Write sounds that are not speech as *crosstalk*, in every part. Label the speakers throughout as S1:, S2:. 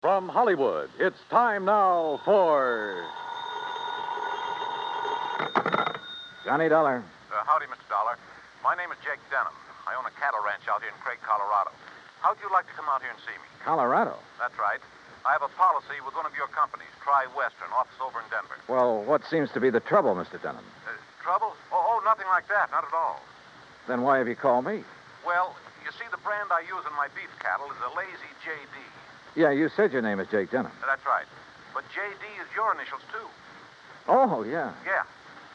S1: From Hollywood, it's time now for.
S2: Johnny Dollar.
S3: Uh, howdy, Mr. Dollar. My name is Jake Denham. I own a cattle ranch out here in Craig, Colorado. How'd you like to come out here and see me?
S2: Colorado.
S3: That's right. I have a policy with one of your companies, Tri Western, office over in Denver.
S2: Well, what seems to be the trouble, Mr. Dunham?
S3: Uh, trouble? Oh, oh, nothing like that. Not at all.
S2: Then why have you called me?
S3: Well, you see, the brand I use in my beef cattle is a Lazy JD.
S2: Yeah, you said your name is Jake Denham.
S3: Uh, That's right. But JD is your initials, too.
S2: Oh, yeah.
S3: Yeah.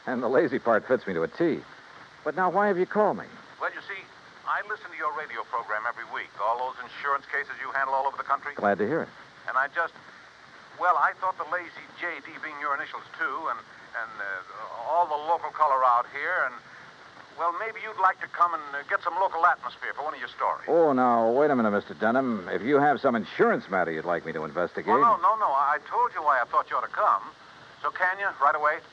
S2: And the lazy part fits me to a T. But now, why have you called me?
S3: Well, you see, I listen to your radio program every week, all those insurance cases you handle all over the country.
S2: Glad to hear it.
S3: And I just, well, I thought the lazy JD being your initials too, and and uh, all the local color out here, and well, maybe you'd like to come and uh, get some local atmosphere for one of your stories.
S2: Oh, now, wait a minute, Mr. Dunham. If you have some insurance matter you'd like me to investigate.
S3: Well, no, no, no. I I told you why I thought you ought to come. So can you right away?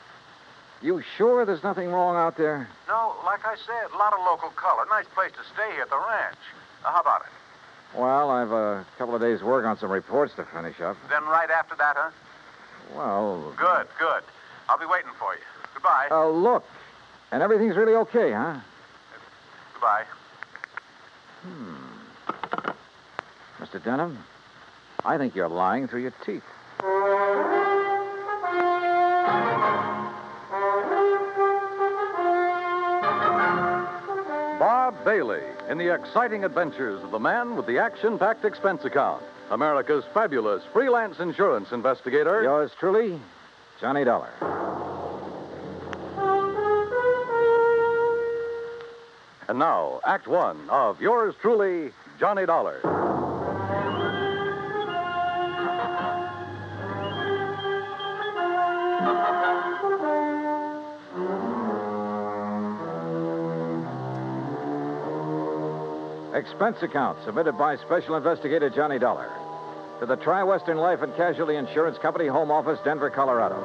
S2: You sure there's nothing wrong out there?
S3: No, like I said, a lot of local color. Nice place to stay here at the ranch. Uh, how about it?
S2: Well, I've a couple of days' work on some reports to finish up.
S3: Then right after that, huh?
S2: Well.
S3: Good, good. I'll be waiting for you. Goodbye.
S2: Uh, look. And everything's really okay, huh?
S3: Goodbye.
S2: Mr. Denham, I think you're lying through your teeth.
S1: Bob Bailey in the exciting adventures of the man with the action packed expense account. America's fabulous freelance insurance investigator.
S2: Yours truly, Johnny Dollar.
S1: And now, Act One of yours truly, Johnny Dollar.
S2: Expense account submitted by Special Investigator Johnny Dollar to the Tri Western Life and Casualty Insurance Company Home Office, Denver, Colorado.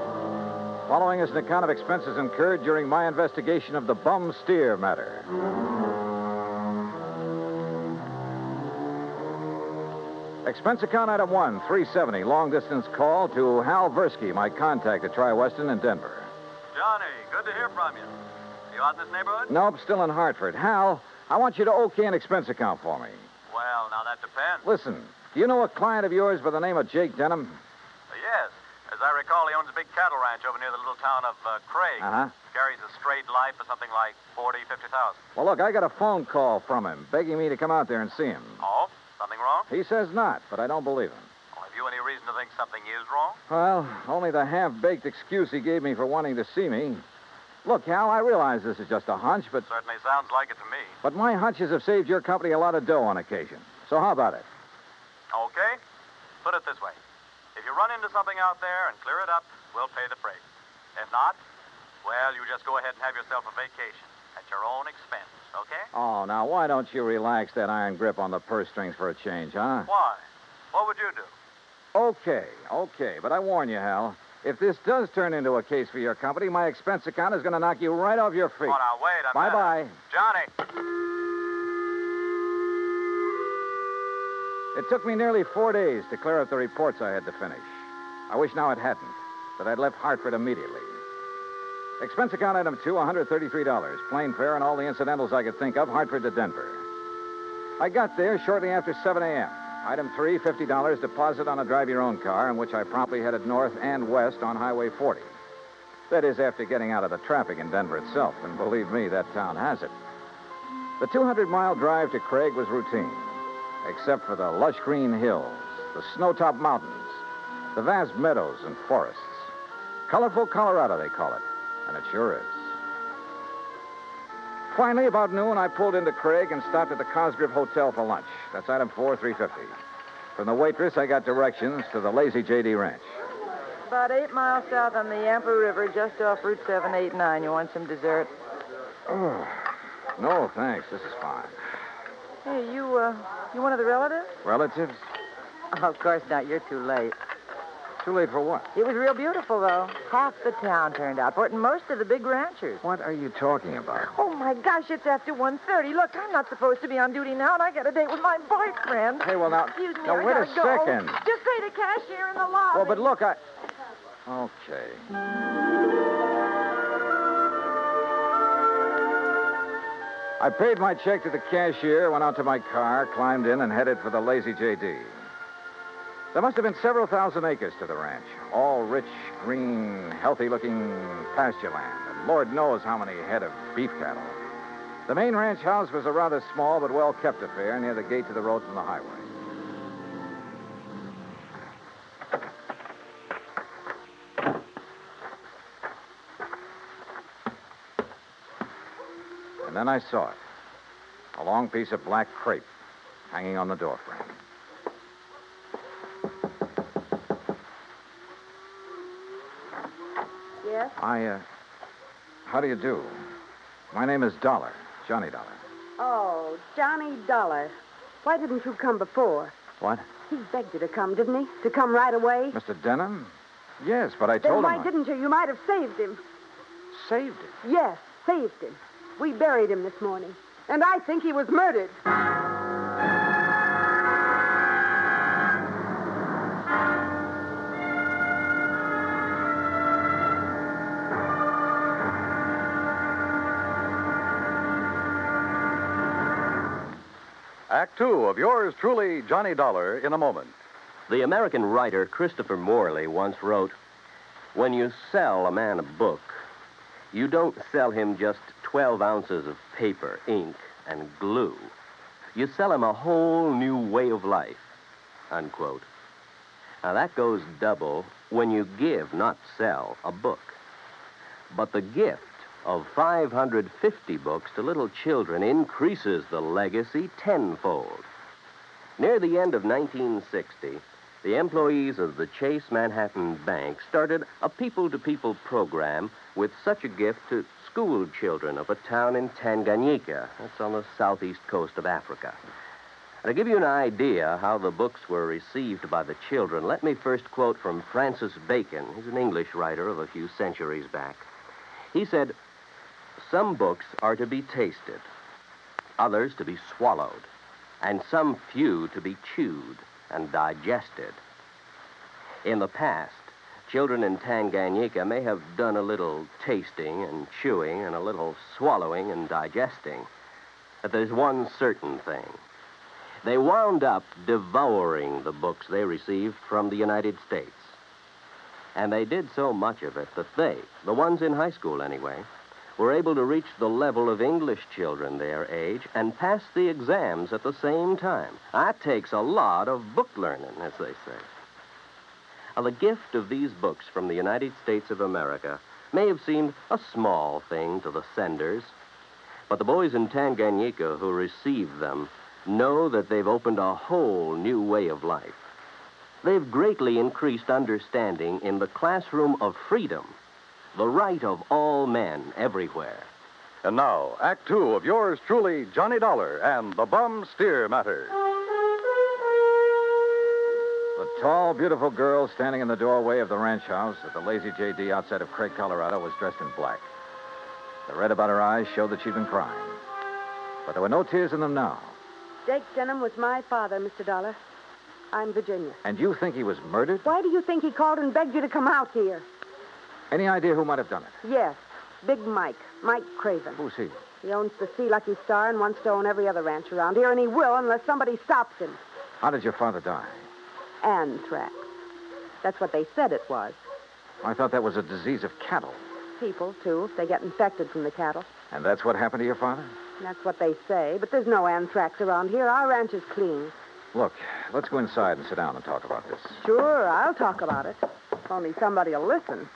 S2: Following is an account of expenses incurred during my investigation of the bum steer matter. Expense account item one, 370, long distance call to Hal Versky, my contact at Tri Western in Denver.
S3: Johnny, good to hear from you. You out in this neighborhood?
S2: Nope, still in Hartford. Hal, I want you to okay an expense account for me.
S3: Well, now that depends.
S2: Listen, do you know a client of yours by the name of Jake Denham?
S3: Uh, Yes. As I recall, he owns a big cattle ranch over near the little town of uh, Craig.
S2: Uh-huh.
S3: Carries a straight life for something like forty, fifty thousand.
S2: Well, look, I got a phone call from him begging me to come out there and see him.
S3: Oh, something wrong?
S2: He says not, but I don't believe him.
S3: Well, have you any reason to think something is wrong?
S2: Well, only the half baked excuse he gave me for wanting to see me. Look, Hal, I realize this is just a hunch, but,
S3: Certainly sounds like it to me.
S2: but my hunches have saved your company a lot of dough on occasion. So how about it?
S3: Okay. Put it this way: if you run into something out there and clear it up, we'll pay the freight. If not, well, you just go ahead and have yourself a vacation at your own expense. Okay?
S2: Oh, now why don't you relax that iron grip on the purse strings for a change, huh?
S3: Why? What would you do?
S2: Okay, okay, but I warn you, Hal, if this does turn into a case for your company, my expense account is going to knock you right off your feet.
S3: Oh, now wait a
S2: Bye
S3: minute.
S2: bye.
S3: Johnny.
S2: It took me nearly four days to clear up the reports I had to finish. I wish now it hadn't, that I'd left Hartford immediately. Expense account item two, $133. Plane fare and all the incidentals I could think of, Hartford to Denver. I got there shortly after 7 a.m. Item three, $50 deposit on a drive your own car, in which I promptly headed north and west on Highway 40. That is after getting out of the traffic in Denver itself, and believe me, that town has it. The 200 mile drive to Craig was routine except for the lush green hills, the snow-topped mountains, the vast meadows and forests. Colorful Colorado, they call it, and it sure is. Finally, about noon, I pulled into Craig and stopped at the Cosgrove Hotel for lunch. That's item four, three fifty. From the waitress, I got directions to the Lazy J.D. Ranch.
S4: About eight miles south on the Yampa River, just off Route 789. You want some dessert?
S2: No, thanks. This is fine.
S4: Hey, you,
S2: *laughs*
S4: uh, you one of the relatives?
S2: Relatives?
S4: Oh, of course not. You're too late.
S2: Too late for what?
S4: It was real beautiful, though. Half the town turned out for it, and most of the big ranchers.
S2: What are you talking about?
S4: Oh, my gosh, it's after 1.30. Look, I'm not supposed to be on duty now, and I got a date with my boyfriend.
S2: Hey, well, now-
S4: Excuse me,
S2: now,
S4: I
S2: wait a
S4: gotta go.
S2: second.
S4: Just say to cashier in the lobby.
S2: Well, but look, I. Okay. I paid my check to the cashier, went out to my car, climbed in, and headed for the Lazy JD. There must have been several thousand acres to the ranch. All rich, green, healthy looking pasture land, and Lord knows how many head of beef cattle. The main ranch house was a rather small but well kept affair near the gate to the road from the highway. And then I saw it a long piece of black crepe hanging on the door frame.
S4: Yes?
S2: I, uh, how do you do? My name is Dollar, Johnny Dollar.
S5: Oh, Johnny Dollar. Why didn't you come before?
S2: What?
S5: He begged you to come, didn't he? To come right away?
S2: Mr. Denham? Yes, but I
S5: then
S2: told
S5: why
S2: him. I
S5: didn't you? You might have saved him.
S2: saved it.
S5: Yes, saved him. We buried him this morning. And I think he was murdered.
S1: Act two of yours truly, Johnny Dollar, in a moment.
S6: The American writer Christopher Morley once wrote When you sell a man a book, you don't sell him just 12 ounces of paper, ink, and glue. You sell him a whole new way of life. Unquote. Now that goes double when you give, not sell, a book. But the gift of 550 books to little children increases the legacy tenfold. Near the end of 1960, the employees of the Chase Manhattan Bank started a people to people program with such a gift to school children of a town in Tanganyika. That's on the southeast coast of Africa. To give you an idea how the books were received by the children, let me first quote from Francis Bacon. He's an English writer of a few centuries back. He said, Some books are to be tasted, others to be swallowed and some few to be chewed and digested. In the past, children in Tanganyika may have done a little tasting and chewing and a little swallowing and digesting, but there's one certain thing. They wound up devouring the books they received from the United States. And they did so much of it that they, the ones in high school anyway, were able to reach the level of English children their age and pass the exams at the same time. That takes a lot of book learning, as they say. Now, the gift of these books from the United States of America may have seemed a small thing to the senders, but the boys in Tanganyika who received them know that they've opened a whole new way of life. They've greatly increased understanding in the classroom of freedom the right of all men everywhere.
S1: And now, Act two of yours truly, Johnny Dollar, and the Bum Steer Matter.
S2: The tall, beautiful girl standing in the doorway of the ranch house at the Lazy JD outside of Craig, Colorado, was dressed in black. The red about her eyes showed that she'd been crying. But there were no tears in them now.
S5: Jake Denham was my father, Mr. Dollar. I'm Virginia.
S2: And you think he was murdered?
S5: Why do you think he called and begged you to come out here?
S2: Any idea who might have done it?
S5: Yes, Big Mike, Mike Craven.
S2: Who's he?
S5: He owns the Sea Lucky Star and wants to own every other ranch around here, and he will unless somebody stops him.
S2: How did your father die?
S5: Anthrax. That's what they said it was.
S2: I thought that was a disease of cattle.
S5: People, too, if they get infected from the cattle.
S2: And that's what happened to your father?
S5: That's what they say, but there's no anthrax around here. Our ranch is clean.
S2: Look, let's go inside and sit down and talk about this.
S5: Sure, I'll talk about it. If Only somebody will listen.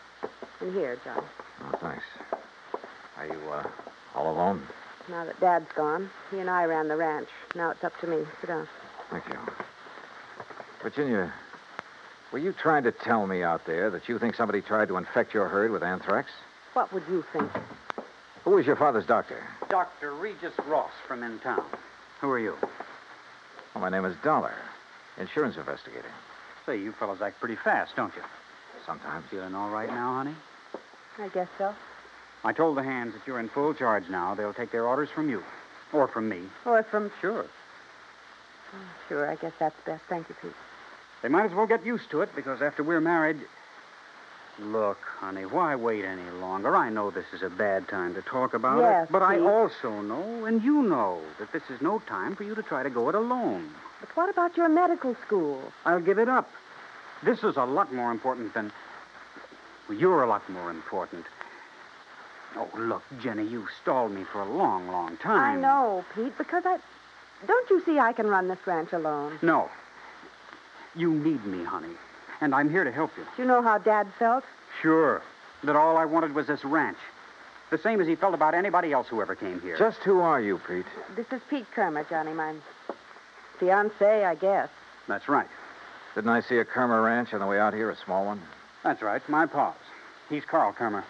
S5: And here, John,
S2: Oh, thanks. Are you, uh, all alone?
S5: now that Dad's gone, he and I ran the ranch. Now it's up to me. Sit down.
S2: Thank you. Virginia, were you trying to tell me out there that you think somebody tried to infect your herd with anthrax?
S5: What would you think?
S2: Who was your father's doctor?
S7: Dr. Regis Ross from in town. Who are you?
S2: Oh, my name is Dollar, insurance investigator.
S7: Say, you fellows act pretty fast, don't you?
S2: Sometimes.
S7: Feeling all right now, honey?
S5: I guess so.
S7: I told the hands that you're in full charge now. They'll take their orders from you. Or from me.
S5: Or from.
S7: Sure.
S5: Sure, I guess that's best. Thank you, Pete.
S7: They might as well get used to it because after we're married. Look, honey, why wait any longer? I know this is a bad time to talk about
S5: Yes,
S7: it, but I
S5: Pete.
S7: also know, and you know, that this is no time for you to try to go it alone.
S5: But what about your medical school?
S7: I'll give it up. This is a lot more important than. Well, you're a lot more important. Oh, look, Jenny, you stalled me for a long, long
S2: Hmm.
S7: time.
S5: I know, Pete, because I. Don't you see I can run this ranch alone?
S7: No. You need me, honey. And I'm here to help you.
S5: Do you know how Dad felt?
S7: Sure. That all I wanted was this ranch. The same as he felt about anybody else who ever came here.
S2: Just who are you, Pete?
S5: This is Pete Kermer, Johnny, my fiance, I guess.
S7: That's right.
S2: Didn't I see a Kermer ranch on the way out here, a small one?
S7: That's right. My pa's. He's Carl Kermer.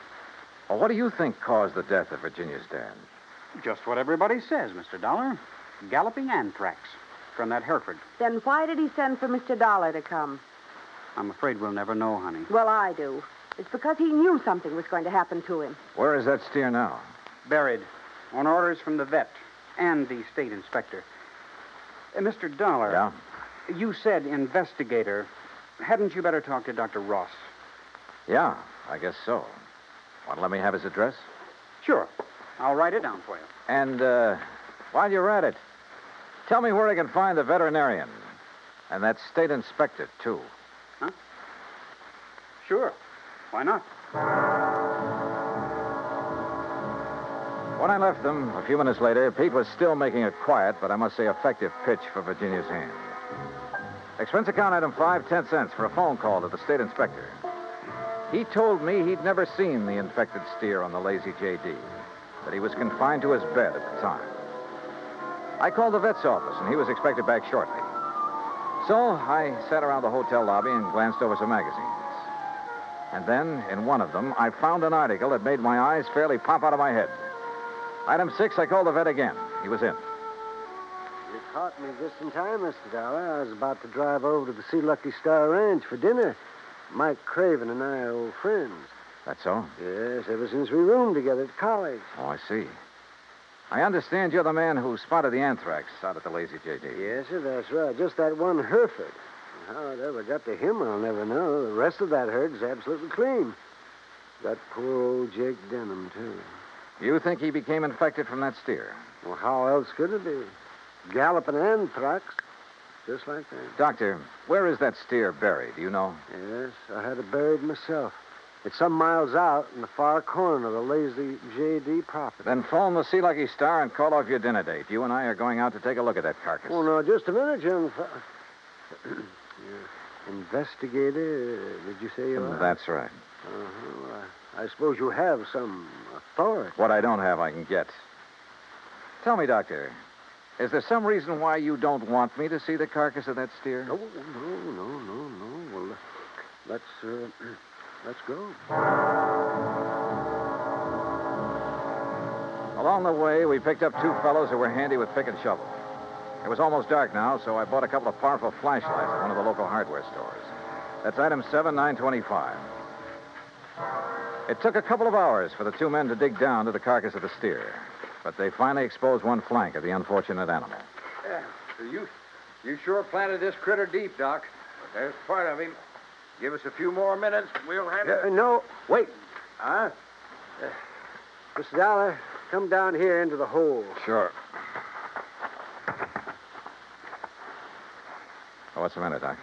S2: Well, what do you think caused the death of Virginia's dad?
S7: Just what everybody says, Mr. Dollar. Galloping anthrax from that Hereford.
S5: Then why did he send for Mr. Dollar to come?
S7: I'm afraid we'll never know, honey.
S5: Well, I do. It's because he knew something was going to happen to him.
S2: Where is that steer now?
S7: Buried. On orders from the vet and the state inspector. Uh, Mr. Dollar.
S2: Yeah?
S7: You said investigator. Hadn't you better talk to Dr. Ross?
S2: Yeah, I guess so. Want to let me have his address?
S7: Sure. I'll write it down for you.
S2: And uh, while you're at it, tell me where I can find the veterinarian. And that state inspector, too.
S7: Sure. Why not?
S2: When I left them a few minutes later, Pete was still making a quiet, but I must say effective pitch for Virginia's hand. Expense account item five, ten cents for a phone call to the state inspector. He told me he'd never seen the infected steer on the lazy JD, that he was confined to his bed at the time. I called the vet's office, and he was expected back shortly. So I sat around the hotel lobby and glanced over some magazines. And then, in one of them, I found an article that made my eyes fairly pop out of my head. Item six, I called the vet again. He was in.
S8: You caught me just in time, Mr. Dollar. I was about to drive over to the Sea Lucky Star Ranch for dinner. Mike Craven and I are old friends.
S2: That's so?
S8: Yes, ever since we roomed together at college.
S2: Oh, I see. I understand you're the man who spotted the anthrax out at the Lazy JD.
S8: Yes, sir, that's right. Uh, Just that one Hereford. How it ever got to him, I'll never know. The rest of that herd is absolutely clean. That poor old Jake Denham, too.
S2: You think he became infected from that steer?
S8: Well, how else could it be? Galloping anthrax. Just like that.
S2: Doctor, where is that steer buried? Do you know?
S8: Yes, I had it buried myself. It's some miles out in the far corner of the lazy J.D. property.
S2: Then phone the Sea Lucky Star and call off your dinner date. You and I are going out to take a look at that carcass.
S8: Oh, no, just a minute, young fe- *clears throat* You're Investigator, did you say you
S2: Mm,
S8: are?
S2: That's right.
S8: Uh-huh. I, I suppose you have some authority.
S2: What I don't have, I can get. Tell me, Doctor, is there some reason why you don't want me to see the carcass of that steer?
S8: No, no, Oh, no, no, no. Well, let's, uh, *clears throat* let's go.
S2: Along the way, we picked up two fellows who were handy with pick and shovel. It was almost dark now, so I bought a couple of powerful flashlights at one of the local hardware stores. That's item 7925. It took a couple of hours for the two men to dig down to the carcass of the steer, but they finally exposed one flank of the unfortunate animal.
S9: You, you sure planted this critter deep, Doc. There's part of him. Give us a few more minutes, and we'll have
S8: Uh, no, wait. Huh? Uh, Mr. Dollar, come down here into the hole.
S2: Sure. Oh, what's the matter, Doc?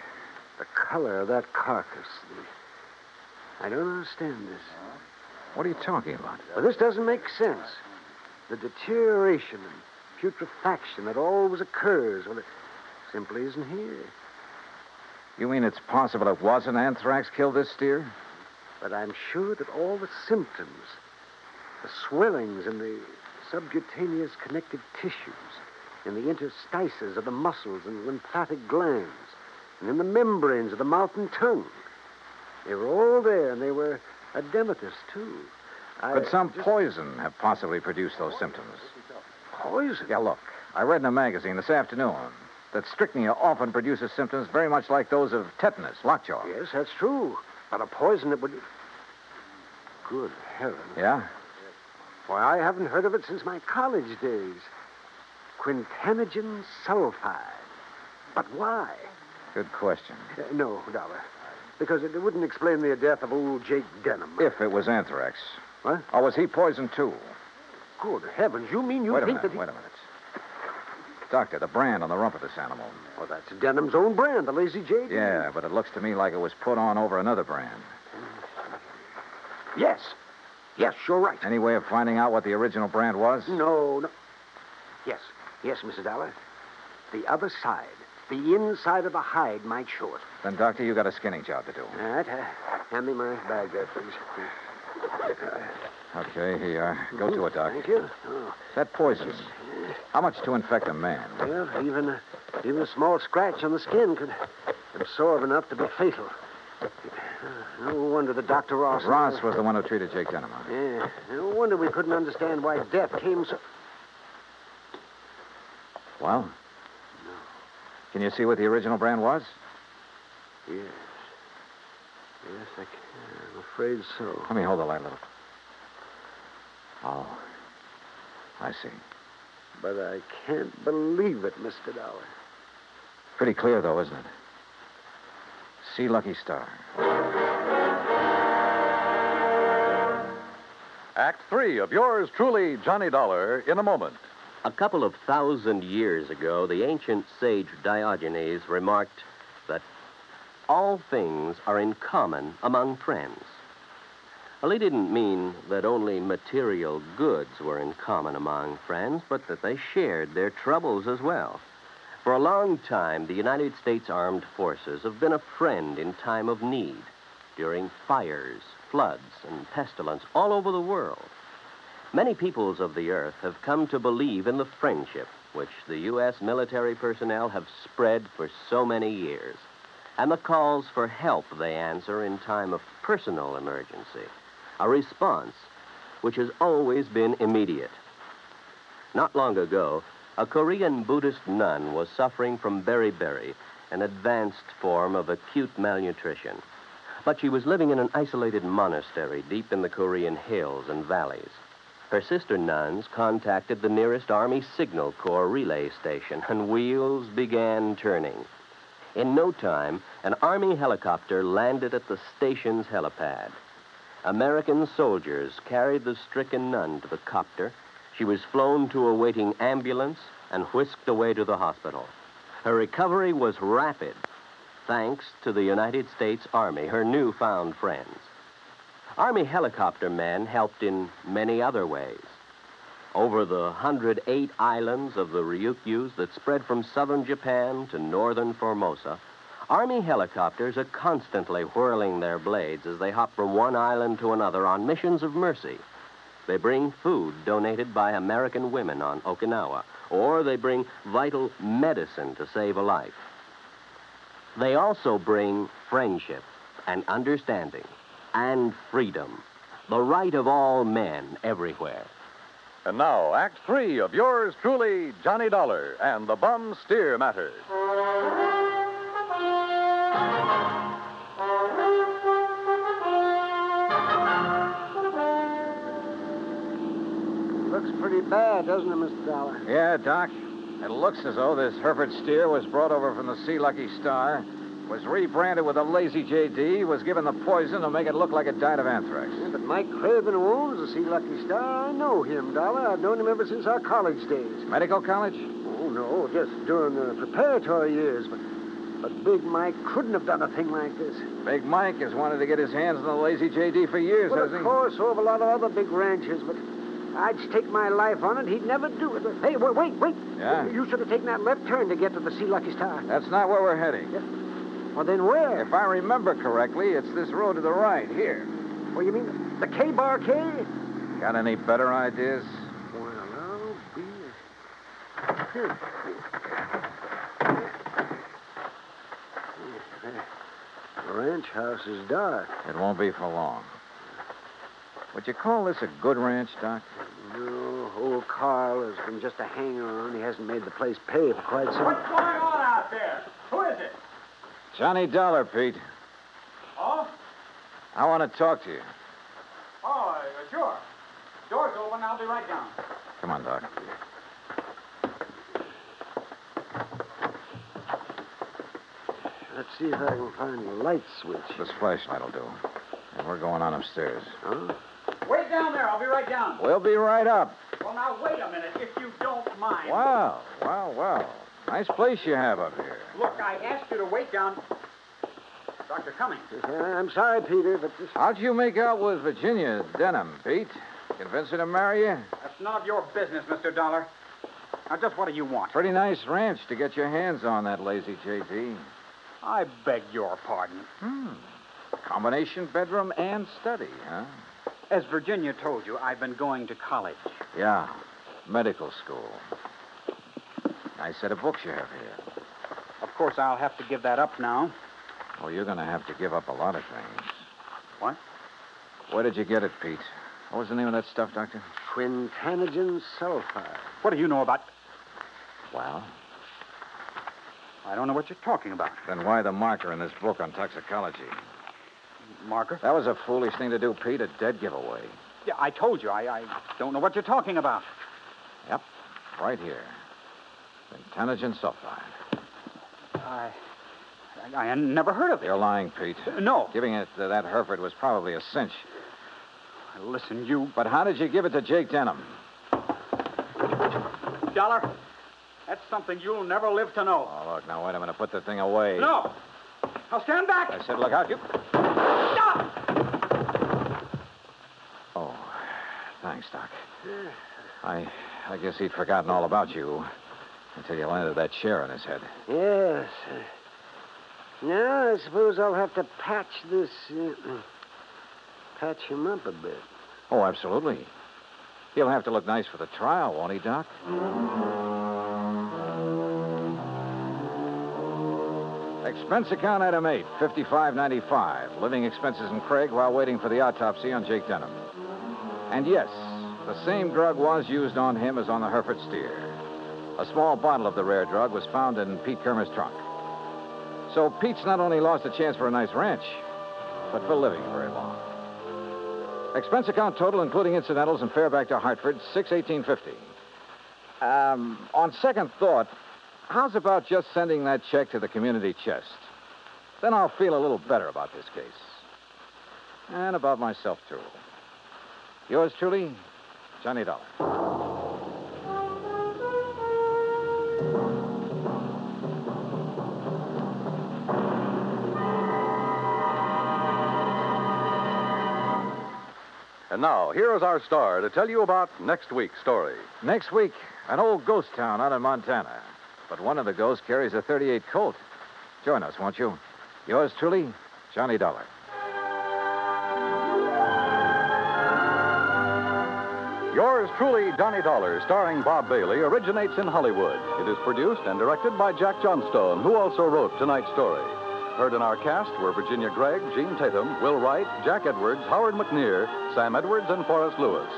S8: The color of that carcass. the- I don't understand this.
S2: What are you talking about?
S8: Well, this doesn't make sense. The deterioration and putrefaction that always occurs, well, it simply isn't here.
S2: You mean it's possible it wasn't anthrax killed this steer?
S8: But I'm sure that all the symptoms, the swellings in the subcutaneous connective tissues, in the interstices of the muscles and lymphatic glands, and in the membranes of the mouth and tongue, they were all there, and they were edematous, too. I-
S2: Could some
S8: just
S2: poison have possibly produced those symptoms?
S8: poison?
S2: Yeah, look, I read in a magazine this afternoon that strychnia often produces symptoms very much like those of tetanus, lockjaw.
S8: Yes, that's true. But a poison that would. Good heavens.
S2: Yeah?
S8: Why, I haven't heard of it since my college days. Quintanogen sulfide. But why?
S2: Good question.
S8: Uh, no, Dollar. Because it wouldn't explain the death of old Jake Denham.
S2: If it was anthrax.
S8: What?
S2: Or was he poisoned too?
S8: Good heavens, you mean you
S2: wait a
S8: think
S2: minute,
S8: that he...
S2: wait a minute. Doctor, the brand on the rump of this animal.
S8: Well, that's Denham's own brand, the Lazy J.
S2: oh, Yeah, but it looks to me like it was put on over another brand.
S8: Yes. Yes, you're right.
S2: Any way of finding out what the original brand was?
S8: No, no. Yes, yes, Mrs. Dollar. The other side, the inside of the hide might show it.
S2: Then, Doctor, you got a skinning job to do.
S8: All right, uh, hand me my bag there, please.
S2: Okay, here you are. Go to it, Doc.
S8: Thank you. Oh,
S2: That poison. How much to infect a man?
S8: well, even a, even a small scratch on the skin could absorb enough to be fatal. Uh, No wonder the Dr. Ross...
S2: Ross was the one who treated Jake Denham.
S8: Yeah, no wonder we couldn't understand why death came so...
S2: Well? Can you see what the original brand was?
S8: Yes. Yes, I can. I'm afraid so.
S2: Let me hold the light a little. Oh. I see.
S8: But I can't believe it, Mr. Dollar.
S2: Pretty clear, though, isn't it? See Lucky Star.
S1: Act three of yours truly, Johnny Dollar, in a moment.
S6: A couple of thousand years ago, the ancient sage Diogenes remarked that all things are in common among friends. Well, he didn't mean that only material goods were in common among friends, but that they shared their troubles as well. For a long time, the United States Armed Forces have been a friend in time of need, during fires, floods, and pestilence all over the world. Many peoples of the earth have come to believe in the friendship which the U.S. military personnel have spread for so many years, and the calls for help they answer in time of personal emergency, a response which has always been immediate. Not long ago, a Korean Buddhist nun was suffering from beriberi, an advanced form of acute malnutrition. But she was living in an isolated monastery deep in the Korean hills and valleys. Her sister nuns contacted the nearest Army Signal Corps relay station, and wheels began turning. In no time, an Army helicopter landed at the station's helipad. American soldiers carried the stricken nun to the copter. She was flown to a waiting ambulance and whisked away to the hospital. Her recovery was rapid, thanks to the United States Army, her newfound friends. Army helicopter men helped in many other ways. Over the 108 islands of the Ryukyus that spread from southern Japan to northern Formosa, Army helicopters are constantly whirling their blades as they hop from one island to another on missions of mercy. They bring food donated by American women on Okinawa, or they bring vital medicine to save a life. They also bring friendship and understanding and freedom, the right of all men everywhere.
S1: And now, Act three of yours truly, Johnny Dollar, and the Bum Steer Matter.
S8: Looks pretty bad, doesn't it, Mr. Dollar?
S2: Yeah, Doc. It looks as though this Hereford steer was brought over from the Sea Lucky Star, was rebranded with a lazy JD, was given the poison to make it look like it died of anthrax.
S8: Yeah, but Mike Craven, who owns the Sea Lucky Star, I know him, Dollar. I've known him ever since our college days.
S2: Medical college?
S8: Oh, no, just during the preparatory years. But, but Big Mike couldn't have done a thing like this.
S2: Big Mike has wanted to get his hands on the lazy JD for years,
S8: Well,
S2: has
S8: of
S2: he?
S8: course, so have a lot of other big ranches, but I'd stake my life on it. He'd never do it. Hey, wait, wait, wait.
S2: Yeah?
S8: You should have taken that left turn to get to the Sea Lucky Star.
S2: That's not where we're heading.
S8: Well, then where?
S2: If I remember correctly, it's this road to the right here.
S8: Well, you mean the K Bar K?
S2: Got any better ideas?
S8: Well, I'll be. The ranch house is dark.
S2: It won't be for long. Would you call this a good ranch, Doc?
S8: No, old Carl has been just a hanger on. He hasn't made the place pay for quite some.
S3: What's going on out there? Who is it?
S2: Johnny Dollar, Pete.
S3: Oh?
S2: I want to talk to you.
S7: Oh, uh, sure. Door's open. I'll be right down.
S2: Come on, Doc.
S8: Let's see if I can find the light switch.
S2: This flashlight will do. And we're going on upstairs.
S8: Huh?
S7: Wait down there. I'll be right down.
S2: We'll be right up.
S7: Well, now, wait a minute, if you don't mind.
S2: Wow, wow, wow. Nice place you have up here.
S7: Look, I asked you to wait down. Dr. Cummings.
S8: Uh, I'm sorry, Peter, but this.
S2: How'd you make out with Virginia Denham, Pete? Convince her to marry you?
S7: That's none of your business, Mr. Dollar. Now, just what do you want?
S2: Pretty nice ranch to get your hands on, that lazy JD.
S7: I beg your pardon.
S2: Hmm.
S7: Combination
S2: bedroom and study, huh?
S7: As Virginia told you, I've been going to college.
S2: Yeah. Medical school. Nice set of books you have here.
S7: Of course, I'll have to give that up now.
S2: Well, you're going to have to give up a lot of things.
S7: What?
S2: Where did you get it, Pete? What was the name of that stuff, Doctor?
S8: Quintanogen sulfide.
S7: What do you know about.
S2: Well?
S7: I don't know what you're talking about.
S2: Then why the marker in this book on toxicology?
S7: Marker?
S2: That was a foolish thing to do, Pete. A dead giveaway.
S7: Yeah, I told you. I, I don't know what you're talking about.
S2: Yep. Right here. Quintanogen sulfide.
S7: I. I, I never heard of it.
S2: You're lying, Pete.
S7: Uh, No.
S2: Giving it to that Herford was probably a cinch.
S7: Listen, you.
S2: But how did you give it to Jake Denham?
S7: Dollar, that's something you'll never live to know.
S2: Oh, look, now wait a minute. Put the thing away.
S7: No! Now stand back!
S2: I said, look out, you.
S7: Stop!
S2: Oh, thanks, Doc. I, I guess he'd forgotten all about you until you landed that chair on his head.
S8: Yes. uh, Now, I suppose I'll have to patch this. Uh, patch him up a bit.
S2: Oh, absolutely. He'll have to look nice for the trial, won't he, Doc? Expense account item 8, 5595. Living expenses in Craig while waiting for the autopsy on Jake Denham. And yes, the same drug was used on him as on the Hereford steer. A small bottle of the rare drug was found in Pete Kermer's trunk. So Pete's not only lost a chance for a nice ranch, but for living very long. Expense account total, including incidentals and fare back to Hartford, six eighteen fifty. Um, on second thought, how's about just sending that check to the community chest? Then I'll feel a little better about this case, and about myself too. Yours truly, Johnny Dollar.
S1: And now, here is our star to tell you about next week's story.
S2: Next week, an old ghost town out in Montana, but one of the ghosts carries a thirty-eight Colt. Join us, won't you? Yours truly, Johnny Dollar.
S1: Yours truly, Johnny Dollar, starring Bob Bailey, originates in Hollywood. It is produced and directed by Jack Johnstone, who also wrote tonight's story. Heard in our cast were Virginia Gregg, Gene Tatum, Will Wright, Jack Edwards, Howard McNear, Sam Edwards, and Forrest Lewis.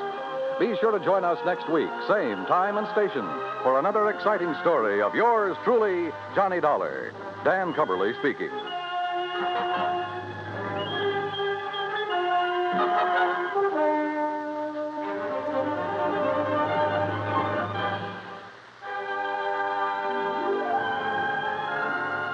S1: Be sure to join us next week, same time and station, for another exciting story of yours truly, Johnny Dollar. Dan Coverly speaking.